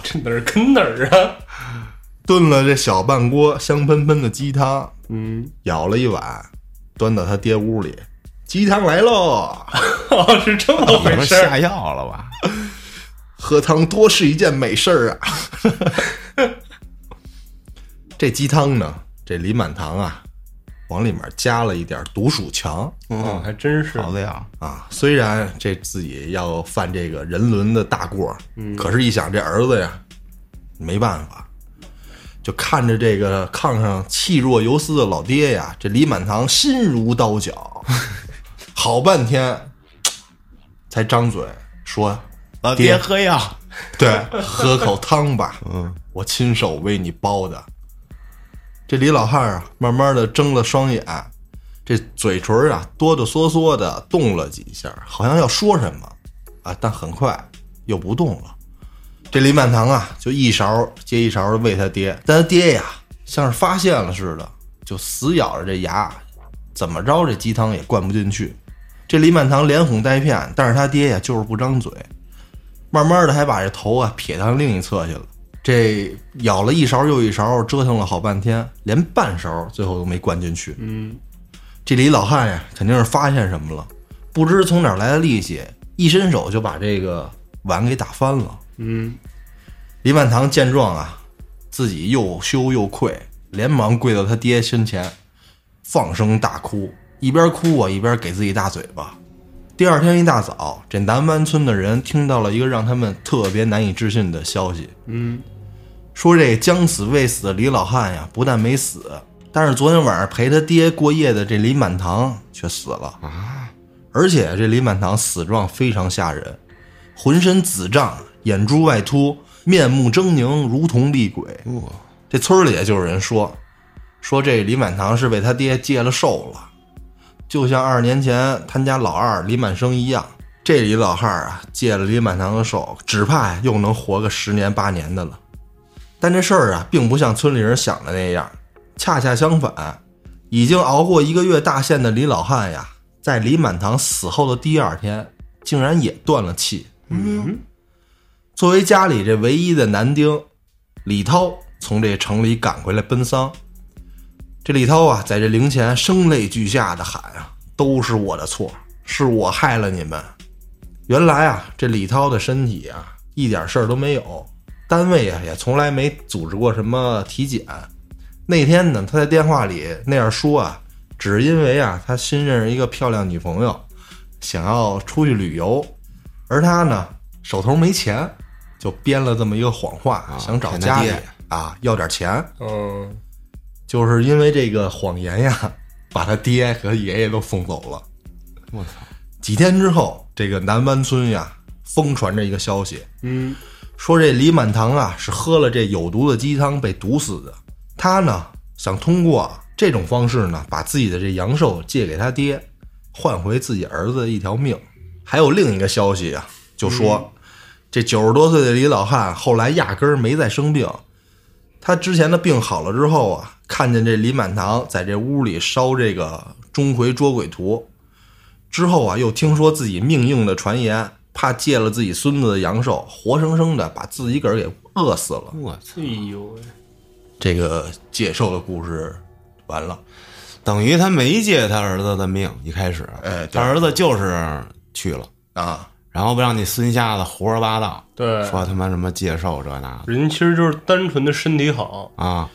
S3: 这哪儿跟哪儿啊？
S2: 炖了这小半锅香喷喷的鸡汤，
S3: 嗯，
S2: 舀了一碗，端到他爹屋里。鸡汤来喽，
S3: 哦，是这么
S1: 你
S3: 回
S1: 们
S3: 事
S2: 哎
S3: 儿。
S1: 下药了吧？
S2: 喝汤多是一件美事儿啊！ 这鸡汤呢，这李满堂啊，往里面加了一点毒鼠强
S3: 嗯，还真是。
S1: 好的呀，
S2: 啊。虽然这自己要犯这个人伦的大过，可是一想这儿子呀，没办法，就看着这个炕上气若游丝的老爹呀，这李满堂心如刀绞，好半天才张嘴说
S1: 老
S2: 爹
S1: 爹喝药，
S2: 对，喝口汤吧，嗯，我亲手为你煲的。这李老汉儿啊，慢慢的睁了双眼，这嘴唇儿啊哆哆嗦嗦的动了几下，好像要说什么啊，但很快又不动了。这李满堂啊，就一勺接一勺的喂他爹，但他爹呀，像是发现了似的，就死咬着这牙，怎么着这鸡汤也灌不进去。这李满堂连哄带骗，但是他爹呀就是不张嘴，慢慢的还把这头啊撇到另一侧去了。这舀了一勺又一勺，折腾了好半天，连半勺最后都没灌进去。
S3: 嗯，
S2: 这李老汉呀，肯定是发现什么了，不知从哪儿来的力气，一伸手就把这个碗给打翻了。
S3: 嗯，
S2: 李满堂见状啊，自己又羞又愧，连忙跪到他爹身前，放声大哭，一边哭啊一边给自己大嘴巴。第二天一大早，这南湾村的人听到了一个让他们特别难以置信的消息，嗯，说这将死未死的李老汉呀，不但没死，但是昨天晚上陪他爹过夜的这李满堂却死了啊！而且这李满堂死状非常吓人，浑身紫胀，眼珠外凸，面目狰狞，如同厉鬼。这村儿里也就有人说，说这李满堂是被他爹借了寿了，就像二十年前他们家老二李满生一样。这李老汉儿啊，借了李满堂的寿，只怕又能活个十年八年的了。但这事儿啊，并不像村里人想的那样，恰恰相反，已经熬过一个月大限的李老汉呀，在李满堂死后的第二天，竟然也断了气。嗯作为家里这唯一的男丁，李涛从这城里赶回来奔丧。这李涛啊，在这灵前声泪俱下的喊啊：“都是我的错，是我害了你们。”原来啊，这李涛的身体啊，一点事儿都没有，单位啊也从来没组织过什么体检。那天呢，他在电话里那样说啊，只是因为啊，他新认识一个漂亮女朋友，想要出去旅游，而他呢，手头没钱，就编了这么一个谎话，想找
S1: 骗他
S2: 家里
S1: 爹
S2: 啊要点钱。
S3: 嗯，
S2: 就是因为这个谎言呀， 把他爹和爷爷都送走了。
S1: 我操，
S2: 几天之后，这个南湾村呀，疯传着一个消息，
S3: 嗯，
S2: 说这李满堂啊是喝了这有毒的鸡汤被毒死的。他呢想通过这种方式呢，把自己的这阳寿借给他爹，换回自己儿子的一条命。还有另一个消息啊，就说、这九十多岁的李老汉后来压根儿没再生病。他之前的病好了之后啊，看见这李满堂在这屋里烧这个钟馗捉鬼图，之后啊，又听说自己命硬的传言，怕借了自己孙子的阳寿，活生生的把自己个儿给饿死了。
S1: 我操，
S3: 哎呦喂，
S2: 这个借寿的故事完了，
S1: 等于他没借他儿子的命，一开始，
S2: 哎对
S1: 他儿子就是去了，
S2: 啊，
S1: 然后让你孙瞎子胡说八道，
S3: 对，
S1: 说他妈什么介绍这那的
S3: 人其实就是单纯的身体好，
S1: 啊，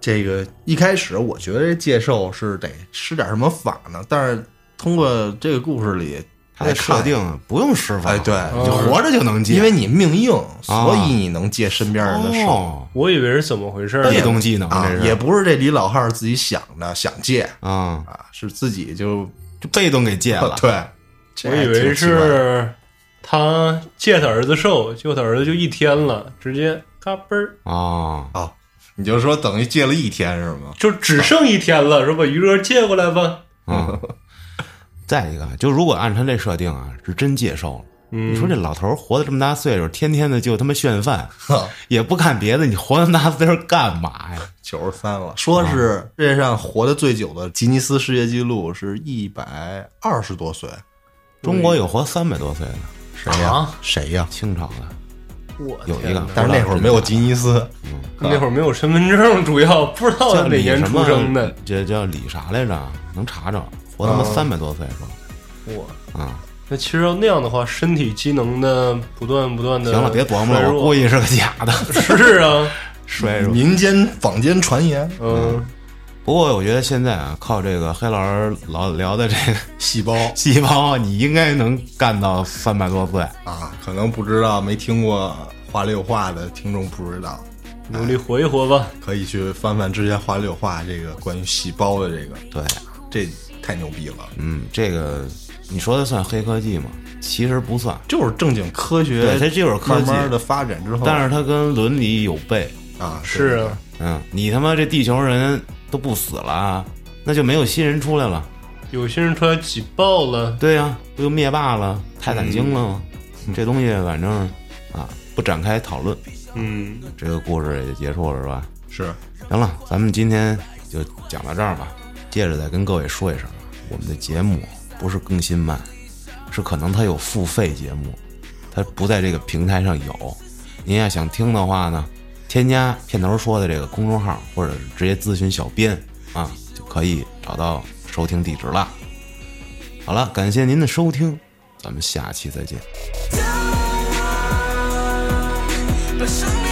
S2: 这个一开始我觉得这借寿是得施点什么法呢，但是通过这个故事里，
S1: 他这设定不用施法，
S2: 哎对
S1: 你活着就能借，
S2: 啊因为你命硬，所以你能借身边人的寿。
S1: 哦，
S3: 我以为是怎么回事儿
S1: 被
S3: 呢。
S1: 动技能
S2: 啊
S1: 这，是
S2: 也不是这李老汉儿自己想的想借
S1: 啊，
S2: 啊，是自己就
S1: 就被动给戒了，
S2: 对，这
S3: 我
S2: 还
S3: 以
S2: 挺
S3: 为
S2: 奇怪的
S3: 是他借他儿子寿，结果他儿子就一天了，直接嘎嘣儿
S1: 啊，
S2: 哦，你就说等于借了一天是吗？
S3: 就只剩一天了，说把余额借过来吧。
S1: 嗯。再一个，就如果按他这设定啊，是真介寿了。
S3: 嗯，
S1: 你说这老头儿活到这么大岁数，天天的就他妈炫饭，也不干别的，你活那么大岁数干嘛呀？
S2: 九十三了，说是世界上活得最久的吉尼斯世界纪录是一百二十多岁，
S1: 中国有活三百多岁的，
S2: 谁呀、
S3: 啊
S2: 谁呀、
S1: 清朝的
S3: 我
S1: 有一
S3: 天
S1: 个
S3: 哪，
S2: 但是那会儿没有吉尼斯，
S3: 那会儿没有身份证，主要不知道
S1: 叫
S3: 他哪
S1: 李
S3: 年
S1: 什
S3: 出
S1: 么
S3: 生的。，啊
S1: 这叫李啥来着？能查着，活他妈三百多岁是吧？
S3: 我
S1: 啊，
S3: 那其实要那样的话，身体机能的不断不断的
S1: 行了，别琢磨了，我估
S3: 了，
S1: 计是个假的。
S3: 是啊，
S1: 衰弱。
S2: 民间坊间传言，
S3: 嗯，
S1: 不过我觉得现在啊，靠这个黑老师老聊的这个
S2: 细胞
S1: 细胞，你应该能干到三百多岁。
S2: 啊，可能不知道没听过话里有话的听众不知道，
S3: 努力活一活吧。
S2: 可以去翻翻之前话里有话这个关于细胞的这个，
S1: 对，
S2: 这太牛逼了，
S1: 嗯，这个你说的算黑科技吗？其实不算，
S2: 就是正经科学，
S1: 对它就是科技
S2: 慢慢的发展之后，
S1: 但是它跟伦理有悖。
S2: 啊，
S3: 是
S2: 对
S3: 啊，
S1: 嗯，你他妈这地球人都不死了啊，那就没有新人出来了。
S3: 有些人出来挤爆了，
S1: 对呀、不就灭霸了、泰坦星了吗？这东西反正啊，不展开讨论，
S3: 嗯，
S1: 这个故事也就结束了，是吧？
S2: 是
S1: 行了，咱们今天就讲到这儿吧。接着再跟各位说一声，啊我们的节目不是更新慢，是可能它有付费节目，它不在这个平台上有。您要想听的话呢，添加片头说的这个公众号，或者是直接咨询小编啊，就可以找到收听地址了。好了，感谢您的收听，咱们下期再见。
S4: Don't run, but show me